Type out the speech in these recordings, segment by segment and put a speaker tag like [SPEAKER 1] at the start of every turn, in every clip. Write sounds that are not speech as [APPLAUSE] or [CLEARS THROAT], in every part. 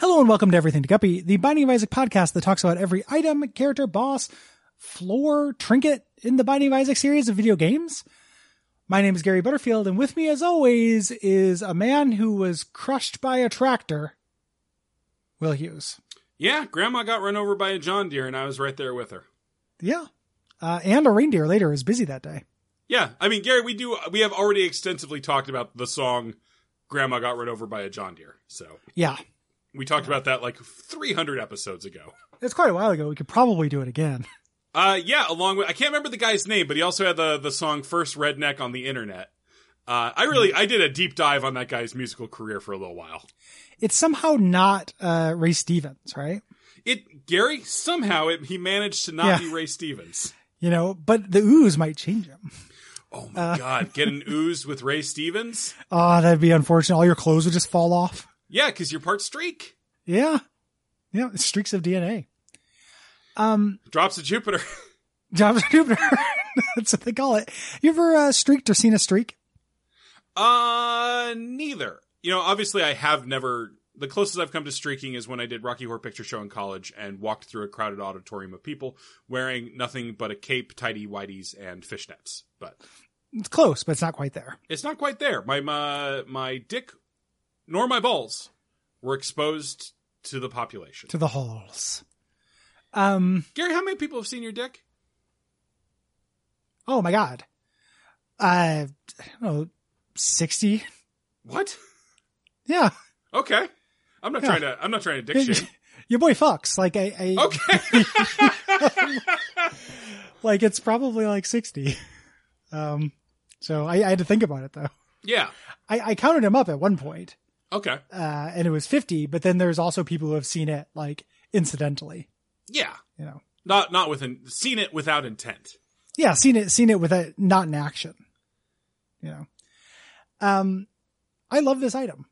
[SPEAKER 1] Hello and welcome to Everything to Guppy, the Binding of Isaac podcast that talks about every item, character, boss, floor, trinket in the Binding of Isaac series of video games. My name is Gary Butterfield, and with me, as always, is a man who was crushed by a tractor, Will Hughes.
[SPEAKER 2] Yeah, Grandma got run over by a John Deere, and I was right there with her.
[SPEAKER 1] Yeah. Uh, and a reindeer later was busy that day.
[SPEAKER 2] Yeah, I mean, Gary, we do we have already extensively talked about the song "Grandma Got Run Over by a John Deere," so
[SPEAKER 1] Yeah.
[SPEAKER 2] we talked about that like 300 episodes ago.
[SPEAKER 1] It's quite a while ago. We could probably do it again. [LAUGHS]
[SPEAKER 2] Uh, yeah, along with I can't remember the guy's name, but he also had the the song "First Redneck on the Internet." Uh, I really I did a deep dive on that guy's musical career for a little while.
[SPEAKER 1] It's somehow not uh, Ray Stevens, right?
[SPEAKER 2] It Gary somehow it, he managed to
[SPEAKER 1] Yeah.
[SPEAKER 2] not be Ray Stevens.
[SPEAKER 1] You know, but the ooze might change him.
[SPEAKER 2] Oh my god, get an ooze with Ray Stevens?
[SPEAKER 1] Ah, that'd be unfortunate. All your clothes would just fall off.
[SPEAKER 2] Yeah, because you're part streak.
[SPEAKER 1] Yeah. Yeah. Streaks of DNA. Um,
[SPEAKER 2] Drops of Jupiter.
[SPEAKER 1] Jobs of Jupiter. [LAUGHS] That's what they call it. You ever uh, streaked or seen a streak?
[SPEAKER 2] Uh, neither. You know, obviously, I have never. The closest I've come to streaking is when I did Rocky Horror Picture Show in college and walked through a crowded auditorium of people wearing nothing but a cape, tidy whities, and fishnets. But
[SPEAKER 1] It's close, but it's not quite there.
[SPEAKER 2] it's not quite there. My my my dick, nor my balls, were exposed to the population.
[SPEAKER 1] To the halls. Um,
[SPEAKER 2] Gary, how many people have seen your dick?
[SPEAKER 1] oh my God. Uh, I don't know, 60.
[SPEAKER 2] What?
[SPEAKER 1] Yeah.
[SPEAKER 2] Okay, I'm not
[SPEAKER 1] Yeah.
[SPEAKER 2] trying to. I'm not trying to dick shit.
[SPEAKER 1] [LAUGHS] Your boy fucks. Like, I, I
[SPEAKER 2] Okay. [LAUGHS]
[SPEAKER 1] like it's probably like 60. Um, so I, I had to think about it though.
[SPEAKER 2] yeah.
[SPEAKER 1] I, I counted him up at one point.
[SPEAKER 2] Okay.
[SPEAKER 1] uh, and it was 50, but then there's also people who have seen it like incidentally,
[SPEAKER 2] Yeah.
[SPEAKER 1] you know.
[SPEAKER 2] Not not with an, seen it without intent.
[SPEAKER 1] Yeah, seen it, seen it with a not in action, you know. Um, I love this item.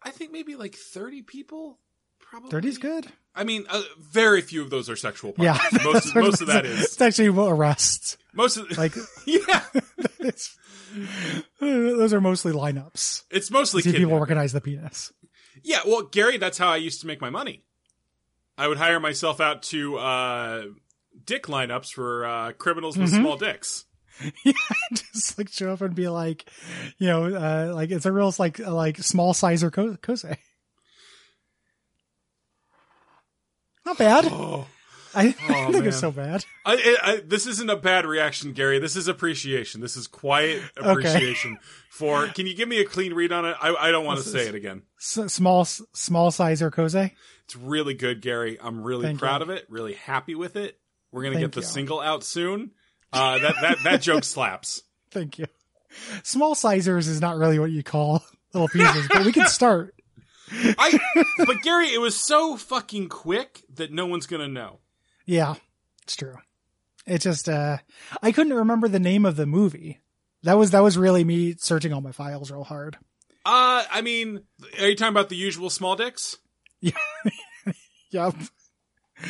[SPEAKER 2] I think maybe like 30 people. Probably
[SPEAKER 1] 30's good.
[SPEAKER 2] I mean, uh, very few of those are sexual.
[SPEAKER 1] Yeah,
[SPEAKER 2] Partners.
[SPEAKER 1] [LAUGHS]
[SPEAKER 2] most
[SPEAKER 1] That's what
[SPEAKER 2] [LAUGHS] most of that
[SPEAKER 1] it's-
[SPEAKER 2] is
[SPEAKER 1] It's actually what arrests.
[SPEAKER 2] most of
[SPEAKER 1] Like
[SPEAKER 2] [LAUGHS]
[SPEAKER 1] [LAUGHS]
[SPEAKER 2] yeah.
[SPEAKER 1] it's, those are mostly lineups.
[SPEAKER 2] It's mostly
[SPEAKER 1] See people
[SPEAKER 2] kidnapping.
[SPEAKER 1] recognize the penis. [LAUGHS]
[SPEAKER 2] Yeah, well, Gary, that's how I used to make my money. I would hire myself out to uh, dick lineups for uh, criminals with
[SPEAKER 1] Mhm.
[SPEAKER 2] small
[SPEAKER 1] [GASPS]
[SPEAKER 2] dicks.
[SPEAKER 1] Just like show up and be like, you know, uh, like it's a real like like small sizer co- kose. Not bad.
[SPEAKER 2] Oh,
[SPEAKER 1] [LAUGHS] I didn't
[SPEAKER 2] Oh,
[SPEAKER 1] think it's so
[SPEAKER 2] man.
[SPEAKER 1] bad.
[SPEAKER 2] I, I, I, this isn't a bad reaction, Gary. This is appreciation. This is quiet
[SPEAKER 1] Okay.
[SPEAKER 2] appreciation for. Can you give me a clean read on it? I, I don't want to
[SPEAKER 1] This
[SPEAKER 2] say
[SPEAKER 1] is-
[SPEAKER 2] it again.
[SPEAKER 1] S- small, s- small size Urkoze.
[SPEAKER 2] It's really good, Gary. I'm really
[SPEAKER 1] Thank
[SPEAKER 2] proud
[SPEAKER 1] you.
[SPEAKER 2] of it. Really happy with it. We're gonna
[SPEAKER 1] Thank
[SPEAKER 2] get the
[SPEAKER 1] you.
[SPEAKER 2] single out soon. Uh, that that that joke slaps.
[SPEAKER 1] Thank you. Small sizers is not really what you call [LAUGHS] little pieces, but
[SPEAKER 2] [LAUGHS]
[SPEAKER 1] we can start.
[SPEAKER 2] I but Gary, it was so fucking quick that no one's gonna know.
[SPEAKER 1] Yeah, it's true. It just, uh, I couldn't remember the name of the movie. That was, that was really me searching all my files real hard.
[SPEAKER 2] Uh, I mean, are you talking about the usual small dicks?
[SPEAKER 1] Yep. [LAUGHS]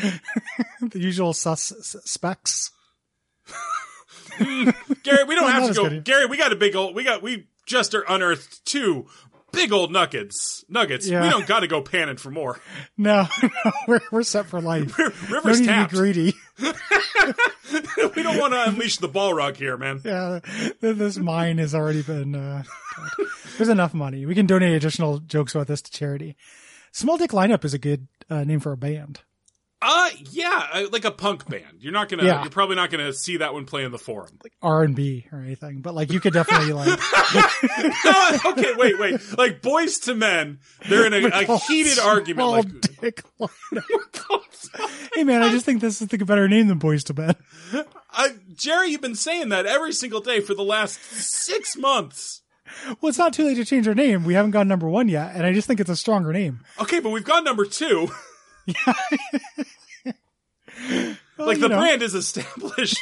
[SPEAKER 1] the usual sus- suspects.
[SPEAKER 2] Gary, we
[SPEAKER 1] [LAUGHS]
[SPEAKER 2] don't
[SPEAKER 1] No,
[SPEAKER 2] have
[SPEAKER 1] not
[SPEAKER 2] to
[SPEAKER 1] as
[SPEAKER 2] go.
[SPEAKER 1] good.
[SPEAKER 2] Gary, we got a big old. We got we just are unearthed two big old nuggets. Nuggets.
[SPEAKER 1] Yeah.
[SPEAKER 2] We don't got to go panning for more. [LAUGHS]
[SPEAKER 1] No, [LAUGHS] no, we're, we're set for life. No
[SPEAKER 2] Rivers
[SPEAKER 1] need to be
[SPEAKER 2] tapped.
[SPEAKER 1] greedy.
[SPEAKER 2] [LAUGHS] we don't want to unleash the Balrog here, man.
[SPEAKER 1] Yeah, th- this mine has already been. Uh, cut. there's enough money. We can donate additional jokes about this to charity. Small Dick Lineup is a good uh, name for a band.
[SPEAKER 2] Uh, yeah, uh, like a punk band. You're not gonna.
[SPEAKER 1] Yeah.
[SPEAKER 2] You're probably not gonna see that one play in the forum. [LAUGHS]
[SPEAKER 1] R and B or anything, but like you could definitely like
[SPEAKER 2] okay, wait, wait. Like boys to men, they're in [LAUGHS] a,
[SPEAKER 1] [LAUGHS]
[SPEAKER 2] a heated
[SPEAKER 1] Small
[SPEAKER 2] argument.
[SPEAKER 1] [LAUGHS]
[SPEAKER 2] Like,
[SPEAKER 1] Dick Lineup. Hey man, I just think this is the better name than Boys to Men. [LAUGHS]
[SPEAKER 2] uh, Jerry, you've been saying that every single day for the last six months.
[SPEAKER 1] Well, it's not too late to change our name. We haven't gone number one yet, and I just think it's a stronger name.
[SPEAKER 2] Okay, but we've got number two. [LAUGHS]
[SPEAKER 1] Well,
[SPEAKER 2] like
[SPEAKER 1] you
[SPEAKER 2] the
[SPEAKER 1] know,
[SPEAKER 2] brand
[SPEAKER 1] [LAUGHS]
[SPEAKER 2] is established.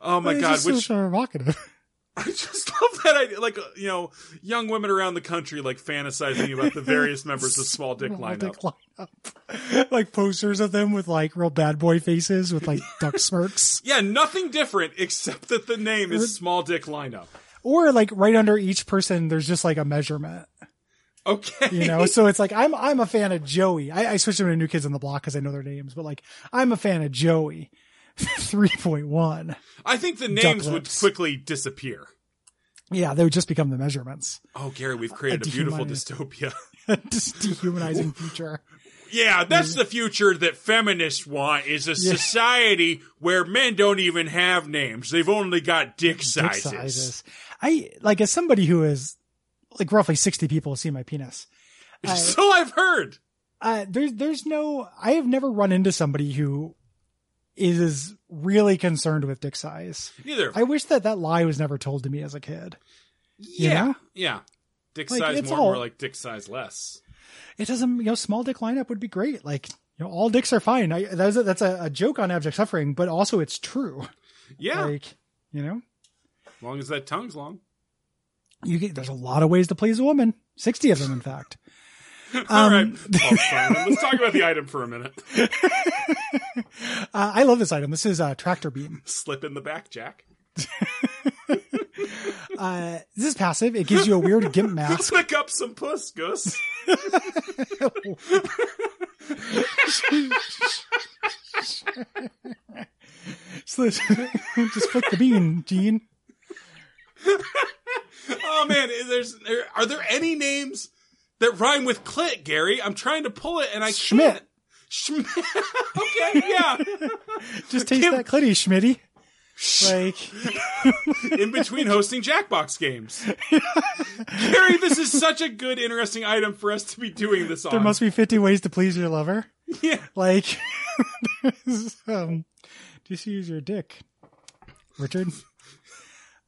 [SPEAKER 2] oh my
[SPEAKER 1] it's
[SPEAKER 2] god,
[SPEAKER 1] just
[SPEAKER 2] which
[SPEAKER 1] so provocative. [LAUGHS]
[SPEAKER 2] I just [LAUGHS] love that idea. Like uh, you know, young women around the country like fantasizing about the various members of Small Dick
[SPEAKER 1] Small
[SPEAKER 2] Lineup.
[SPEAKER 1] Dick lineup. [LAUGHS] like posters of them with like real bad boy faces with like duck smirks.
[SPEAKER 2] Yeah, nothing different except that the name is Small Dick Lineup.
[SPEAKER 1] or like right under each person there's just like a measurement
[SPEAKER 2] Okay.
[SPEAKER 1] you know so it's like i'm i'm a fan of joey i, I switched them to new kids on the block because i know their names but like i'm a fan of joey [LAUGHS] 3.1
[SPEAKER 2] I think the names would
[SPEAKER 1] lips.
[SPEAKER 2] quickly disappear.
[SPEAKER 1] yeah they would just become the measurements [LAUGHS]
[SPEAKER 2] Oh, Gary, we've created a beautiful dystopia. [LAUGHS]
[SPEAKER 1] just dehumanizing future
[SPEAKER 2] Yeah, that's the future that feminists
[SPEAKER 1] [LAUGHS]
[SPEAKER 2] want is a society where men don't even have names. They've only got dick
[SPEAKER 1] dick
[SPEAKER 2] sizes. [LAUGHS]
[SPEAKER 1] sizes i like as somebody who is like roughly 60 people have seen my penis I-
[SPEAKER 2] So I've heard.
[SPEAKER 1] uh, there's there's no I have never run into somebody who is really concerned with dick size.
[SPEAKER 2] Neither.
[SPEAKER 1] I wish that that lie was never told to me as a kid.
[SPEAKER 2] yeah.
[SPEAKER 1] know?
[SPEAKER 2] Yeah. Dick
[SPEAKER 1] Like,
[SPEAKER 2] size
[SPEAKER 1] it's
[SPEAKER 2] more,
[SPEAKER 1] all-
[SPEAKER 2] more like dick size less.
[SPEAKER 1] It doesn't you know small dick lineup would be great. Like you know all dicks are fine. I, that's a, that's a, a joke on abject suffering, but also it's true.
[SPEAKER 2] Yeah.
[SPEAKER 1] Like you know
[SPEAKER 2] as long as that tongue's long. [LAUGHS]
[SPEAKER 1] you get there's a lot of ways to please a woman. Sixty of them, in
[SPEAKER 2] [LAUGHS]
[SPEAKER 1] fact. Um,
[SPEAKER 2] All
[SPEAKER 1] [LAUGHS]
[SPEAKER 2] right. Paul Simon, Let's talk about the item for a minute. [LAUGHS]
[SPEAKER 1] Uh, I love this item. This is uh, tractor beam.
[SPEAKER 2] Slip in the back, Jack.
[SPEAKER 1] Uh, this is passive. It gives you a weird gimp
[SPEAKER 2] [LAUGHS]
[SPEAKER 1] mask. [LAUGHS]
[SPEAKER 2] Pick up some puss, Gus.
[SPEAKER 1] So it's- just flick the bean, Gene.
[SPEAKER 2] Oh man, is there's there, are there any names that rhyme with clit, Gary? I'm trying to pull it and I
[SPEAKER 1] Schmidt.
[SPEAKER 2] can't. Schmidt. [LAUGHS] okay, yeah.
[SPEAKER 1] Just taste
[SPEAKER 2] Gimp.
[SPEAKER 1] that clitty, Schmitty. Like,
[SPEAKER 2] In between hosting Jackbox games, Gary, this is such a good, interesting item for us to be doing this on.
[SPEAKER 1] there must be 50 ways to please your lover.
[SPEAKER 2] yeah.
[SPEAKER 1] Like, [LAUGHS] there's, um, just use your dick, Richard.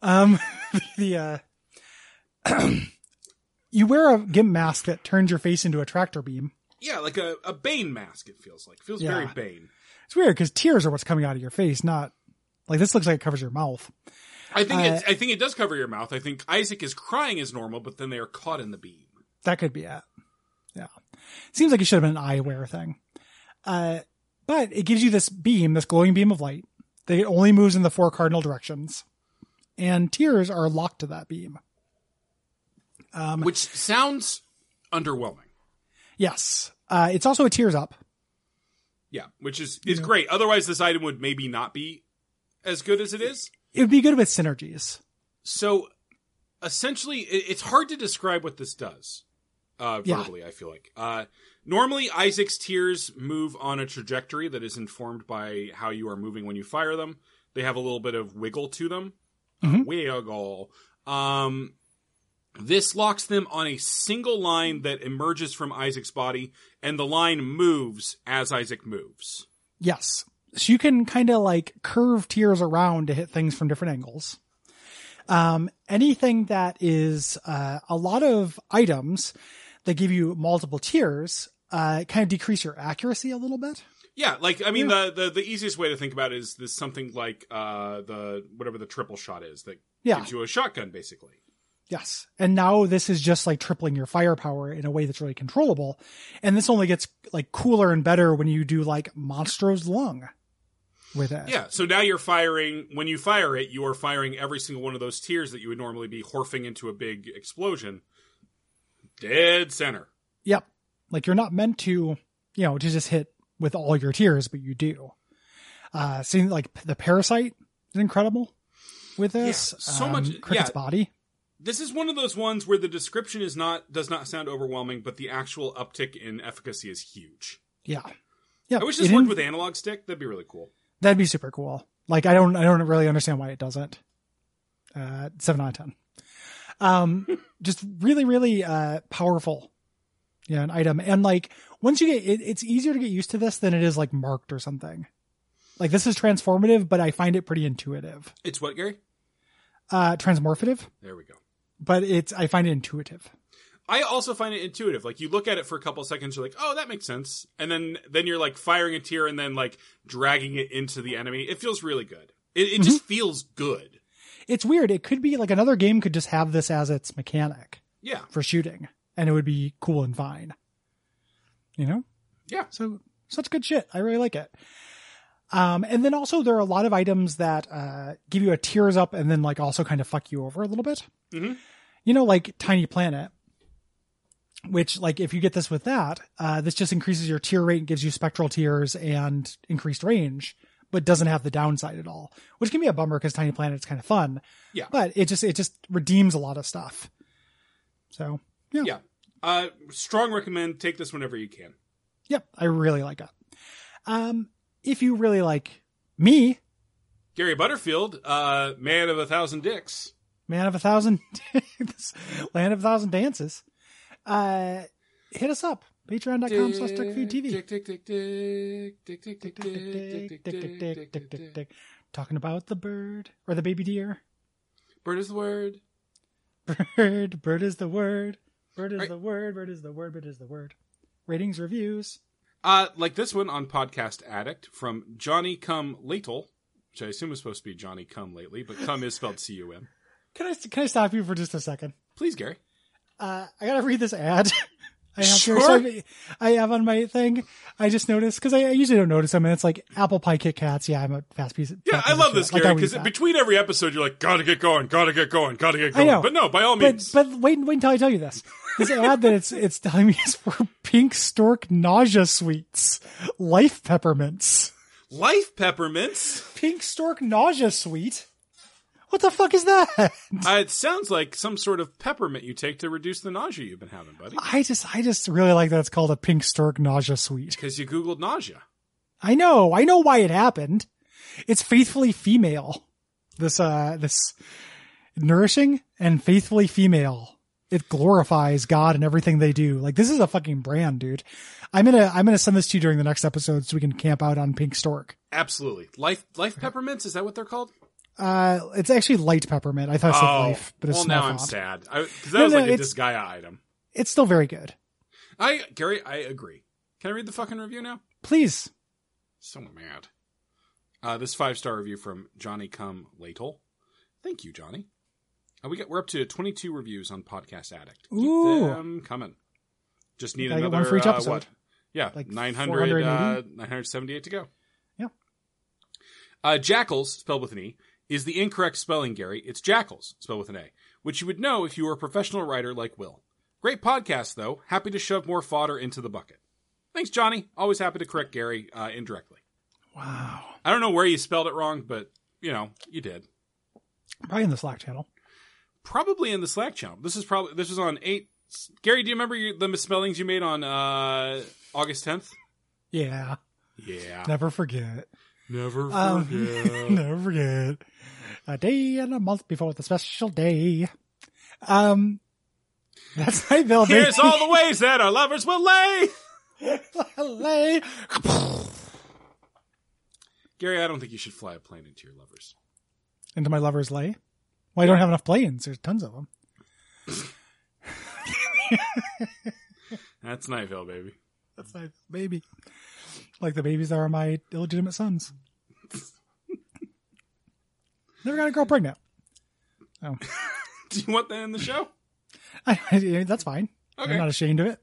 [SPEAKER 1] Um, [LAUGHS] the, uh, [CLEARS THROAT] you wear a gimp mask that turns your face into a tractor beam.
[SPEAKER 2] Yeah, like a, a Bane mask, it feels like. feels
[SPEAKER 1] Yeah.
[SPEAKER 2] very Bane.
[SPEAKER 1] It's weird because tears are what's coming out of your face, not like this looks like it covers your mouth.
[SPEAKER 2] I think
[SPEAKER 1] Uh,
[SPEAKER 2] it's, I think it does cover your mouth. I think Isaac is crying as normal, but then they are caught in the beam.
[SPEAKER 1] That could be it. Yeah. Seems like it should have been an eyewear thing. Uh, but it gives you this beam, this glowing beam of light that it only moves in the four cardinal directions. And tears are locked to that beam. Um,
[SPEAKER 2] Which sounds underwhelming.
[SPEAKER 1] yes. Uh, it's also a tears up.
[SPEAKER 2] Yeah, which is is great. Otherwise, this item would maybe not be as good as it is.
[SPEAKER 1] It would be good with synergies.
[SPEAKER 2] So, essentially, it, it's hard to describe what this does. Uh,
[SPEAKER 1] Yeah.
[SPEAKER 2] verbally, I feel like. Uh, normally, Isaac's tears move on a trajectory that is informed by how you are moving when you fire them. They have a little bit of wiggle to them. Uh,
[SPEAKER 1] Mhm.
[SPEAKER 2] wiggle. Um, this locks them on a single line that emerges from Isaac's body, and the line moves as Isaac moves.
[SPEAKER 1] Yes. So you can kind of like curve tears around to hit things from different angles. Um, anything that is uh, a lot of items that give you multiple tiers uh, kind of decrease your accuracy a little bit.
[SPEAKER 2] Yeah, like I mean, the, the the easiest way to think about it is this something like uh the whatever the triple shot is that
[SPEAKER 1] Yeah.
[SPEAKER 2] gives you a shotgun basically.
[SPEAKER 1] Yes. And now this is just like tripling your firepower in a way that's really controllable. And this only gets like cooler and better when you do like Monstro's Lung with it.
[SPEAKER 2] Yeah, so now you're firing when you fire it, you are firing every single one of those tiers that you would normally be horfing into a big explosion. Dead center.
[SPEAKER 1] Yep. Like you're not meant to, you know, to just hit with all your tears, but you do. Uh, seeing like the parasite is incredible with this. um,
[SPEAKER 2] Yeah, so much-
[SPEAKER 1] cricket's
[SPEAKER 2] yeah.
[SPEAKER 1] body.
[SPEAKER 2] This is one of those ones where the description is not does not sound overwhelming, but the actual uptick in efficacy is huge.
[SPEAKER 1] Yeah. Yeah.
[SPEAKER 2] I wish this
[SPEAKER 1] it
[SPEAKER 2] worked
[SPEAKER 1] in-
[SPEAKER 2] with analog stick. That'd be really cool.
[SPEAKER 1] that'd be super cool. Like I don't, I don't really understand why it doesn't. Uh, seven out of 10.
[SPEAKER 2] [LAUGHS]
[SPEAKER 1] Um, just really, really, uh, powerful. Yeah. An item. And like, once you get, it, it's easier to get used to this than it is like marked or something. Like this is transformative, but I find it pretty intuitive.
[SPEAKER 2] It's what Gary?
[SPEAKER 1] uh transmorphative
[SPEAKER 2] There we go.
[SPEAKER 1] but it's i find it intuitive
[SPEAKER 2] I also find it intuitive. Like you look at it for a couple of seconds, you're like, "Oh, that makes sense," and then then you're like firing a tear and then like dragging it into the enemy. It feels really good. It, it just feels good.
[SPEAKER 1] it's weird it could be like another game could just have this as its mechanic
[SPEAKER 2] Yeah,
[SPEAKER 1] for shooting and it would be cool and fine you know
[SPEAKER 2] Yeah.
[SPEAKER 1] so such good shit i really like it um and then also there are a lot of items that uh give you a tears up and then
[SPEAKER 2] Mm-hmm.
[SPEAKER 1] like also kind of fuck you over a little bit
[SPEAKER 2] Mhm.
[SPEAKER 1] you know like tiny planet which like if you get this with that, uh, this just increases your tier rate and gives you spectral tiers and increased range, but doesn't have the downside at all, which can be a bummer because Tiny Planet's kind of fun.
[SPEAKER 2] Yeah.
[SPEAKER 1] but it just it just redeems a lot of stuff. So
[SPEAKER 2] Yeah. Uh, strong recommend. Take this whenever you can.
[SPEAKER 1] yep, I really like it. Um, if you really like me,
[SPEAKER 2] Gary Butterfield, uh, man of a thousand dicks.
[SPEAKER 1] Man of a Thousand, [LAUGHS] this Land of a Thousand Dances, uh, hit us up. Patreon.com slash DuckFeedTV.
[SPEAKER 2] Dick, dick, dick, dick, dick, dick, dick,
[SPEAKER 1] Tick, tick,
[SPEAKER 2] dick, dick,
[SPEAKER 1] tick, tick, tick, tick, tick,
[SPEAKER 2] dick.
[SPEAKER 1] tick. Talking about the bird or the baby deer. [LAUGHS]
[SPEAKER 2] Bird is the word.
[SPEAKER 1] Bird, bird is the word. Bird is
[SPEAKER 2] Right.
[SPEAKER 1] the word. Bird is the word. Bird is the word. Ratings, reviews.
[SPEAKER 2] Uh, like this one on Podcast Addict from Johnny Come Latel, which I assume is supposed to be Johnny Come Lately, but Come is spelled C U M.
[SPEAKER 1] Can I can I stop you for just a second?
[SPEAKER 2] Please, Gary.
[SPEAKER 1] Uh, I gotta read this ad. [LAUGHS] I have
[SPEAKER 2] Sure.
[SPEAKER 1] here, so I have on my thing. I just noticed because I, I usually don't notice them, and it's like apple pie Kit Kats. Yeah, I'm a fast piece.
[SPEAKER 2] Yeah,
[SPEAKER 1] fat
[SPEAKER 2] I
[SPEAKER 1] piece
[SPEAKER 2] love
[SPEAKER 1] of
[SPEAKER 2] this,
[SPEAKER 1] shit. Like,
[SPEAKER 2] Gary,
[SPEAKER 1] I
[SPEAKER 2] because
[SPEAKER 1] read that.
[SPEAKER 2] between every episode, you're like, gotta get going, gotta get going, gotta get
[SPEAKER 1] I
[SPEAKER 2] going.
[SPEAKER 1] know.
[SPEAKER 2] But no, by all
[SPEAKER 1] but
[SPEAKER 2] means.
[SPEAKER 1] but wait wait until I tell you this. This ad that it's it's telling me is for pink stork nausea sweets, life peppermints.
[SPEAKER 2] Life peppermints.
[SPEAKER 1] Pink stork nausea sweet. What the fuck is that?
[SPEAKER 2] Uh, it sounds like some sort of peppermint you take to reduce the nausea you've been having, buddy.
[SPEAKER 1] I just I just really like that it's called a pink stork nausea sweet.
[SPEAKER 2] Because you Googled nausea.
[SPEAKER 1] I know I know why it happened. It's faithfully female. This uh this nourishing and faithfully female. It glorifies God and everything they do. Like this is a fucking brand, dude. I'm gonna I'm gonna send this to you during the next episode so we can camp out on pink stork.
[SPEAKER 2] Absolutely. Life life peppermints, is that what they're called?
[SPEAKER 1] Uh, it's actually light peppermint. I thought it said life, but it's
[SPEAKER 2] Oh, well,
[SPEAKER 1] small
[SPEAKER 2] now I'm
[SPEAKER 1] font.
[SPEAKER 2] sad. Because that
[SPEAKER 1] No,
[SPEAKER 2] was
[SPEAKER 1] no,
[SPEAKER 2] like a
[SPEAKER 1] it's-
[SPEAKER 2] Disgaea item.
[SPEAKER 1] It's still very good.
[SPEAKER 2] I Gary, I agree. Can I read the fucking review now?
[SPEAKER 1] Please,
[SPEAKER 2] So mad. Uh, this five star review from Johnny Come Latel. Thank you, Johnny. Uh, we got we're up to twenty two reviews on Podcast Addict. Keep
[SPEAKER 1] Ooh.
[SPEAKER 2] them coming. Just need
[SPEAKER 1] Gotta get
[SPEAKER 2] another
[SPEAKER 1] one for each
[SPEAKER 2] uh,
[SPEAKER 1] episode.
[SPEAKER 2] what? Yeah,
[SPEAKER 1] Like
[SPEAKER 2] like 900, uh, 978 to go.
[SPEAKER 1] Yeah.
[SPEAKER 2] Uh, jackals, spelled with an E, is the incorrect spelling, Gary. It's jackals, spelled with an A, which you would know if you were a professional writer like Will. Great podcast, though. Happy to shove more fodder into the bucket. Thanks, Johnny. Always happy to correct Gary uh, indirectly.
[SPEAKER 1] wow,
[SPEAKER 2] I don't know where you spelled it wrong, but, you know, you did.
[SPEAKER 1] probably in the Slack channel.
[SPEAKER 2] Probably in the Slack channel. This is probably, this was on 8. Gary, do you remember your, the misspellings you made on uh, August 10th?
[SPEAKER 1] Yeah,
[SPEAKER 2] Yeah.
[SPEAKER 1] never forget.
[SPEAKER 2] Never
[SPEAKER 1] Um, [LAUGHS]
[SPEAKER 2] forget.
[SPEAKER 1] never forget. A day and a month before the special day. Um, that's my bill.
[SPEAKER 2] Here's all the ways that our lovers will lay.
[SPEAKER 1] [LAUGHS] Lay.
[SPEAKER 2] Gary, I don't think you should fly a plane into your lovers.
[SPEAKER 1] Into my lover's lay. Well, I don't have enough planes. There's tons of them.
[SPEAKER 2] That's Night Vale, baby. [LAUGHS]
[SPEAKER 1] That's my baby. Like the babies that are my illegitimate sons. [LAUGHS] Never got a girl pregnant.
[SPEAKER 2] Do you want that in the show?
[SPEAKER 1] I, I- that's fine. I'm
[SPEAKER 2] Okay.
[SPEAKER 1] not ashamed of it.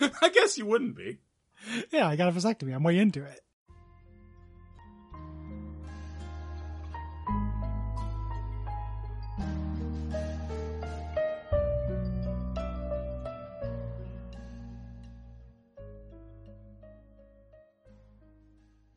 [SPEAKER 2] [LAUGHS] I guess you wouldn't be.
[SPEAKER 1] Yeah, I got a vasectomy. I'm way into it.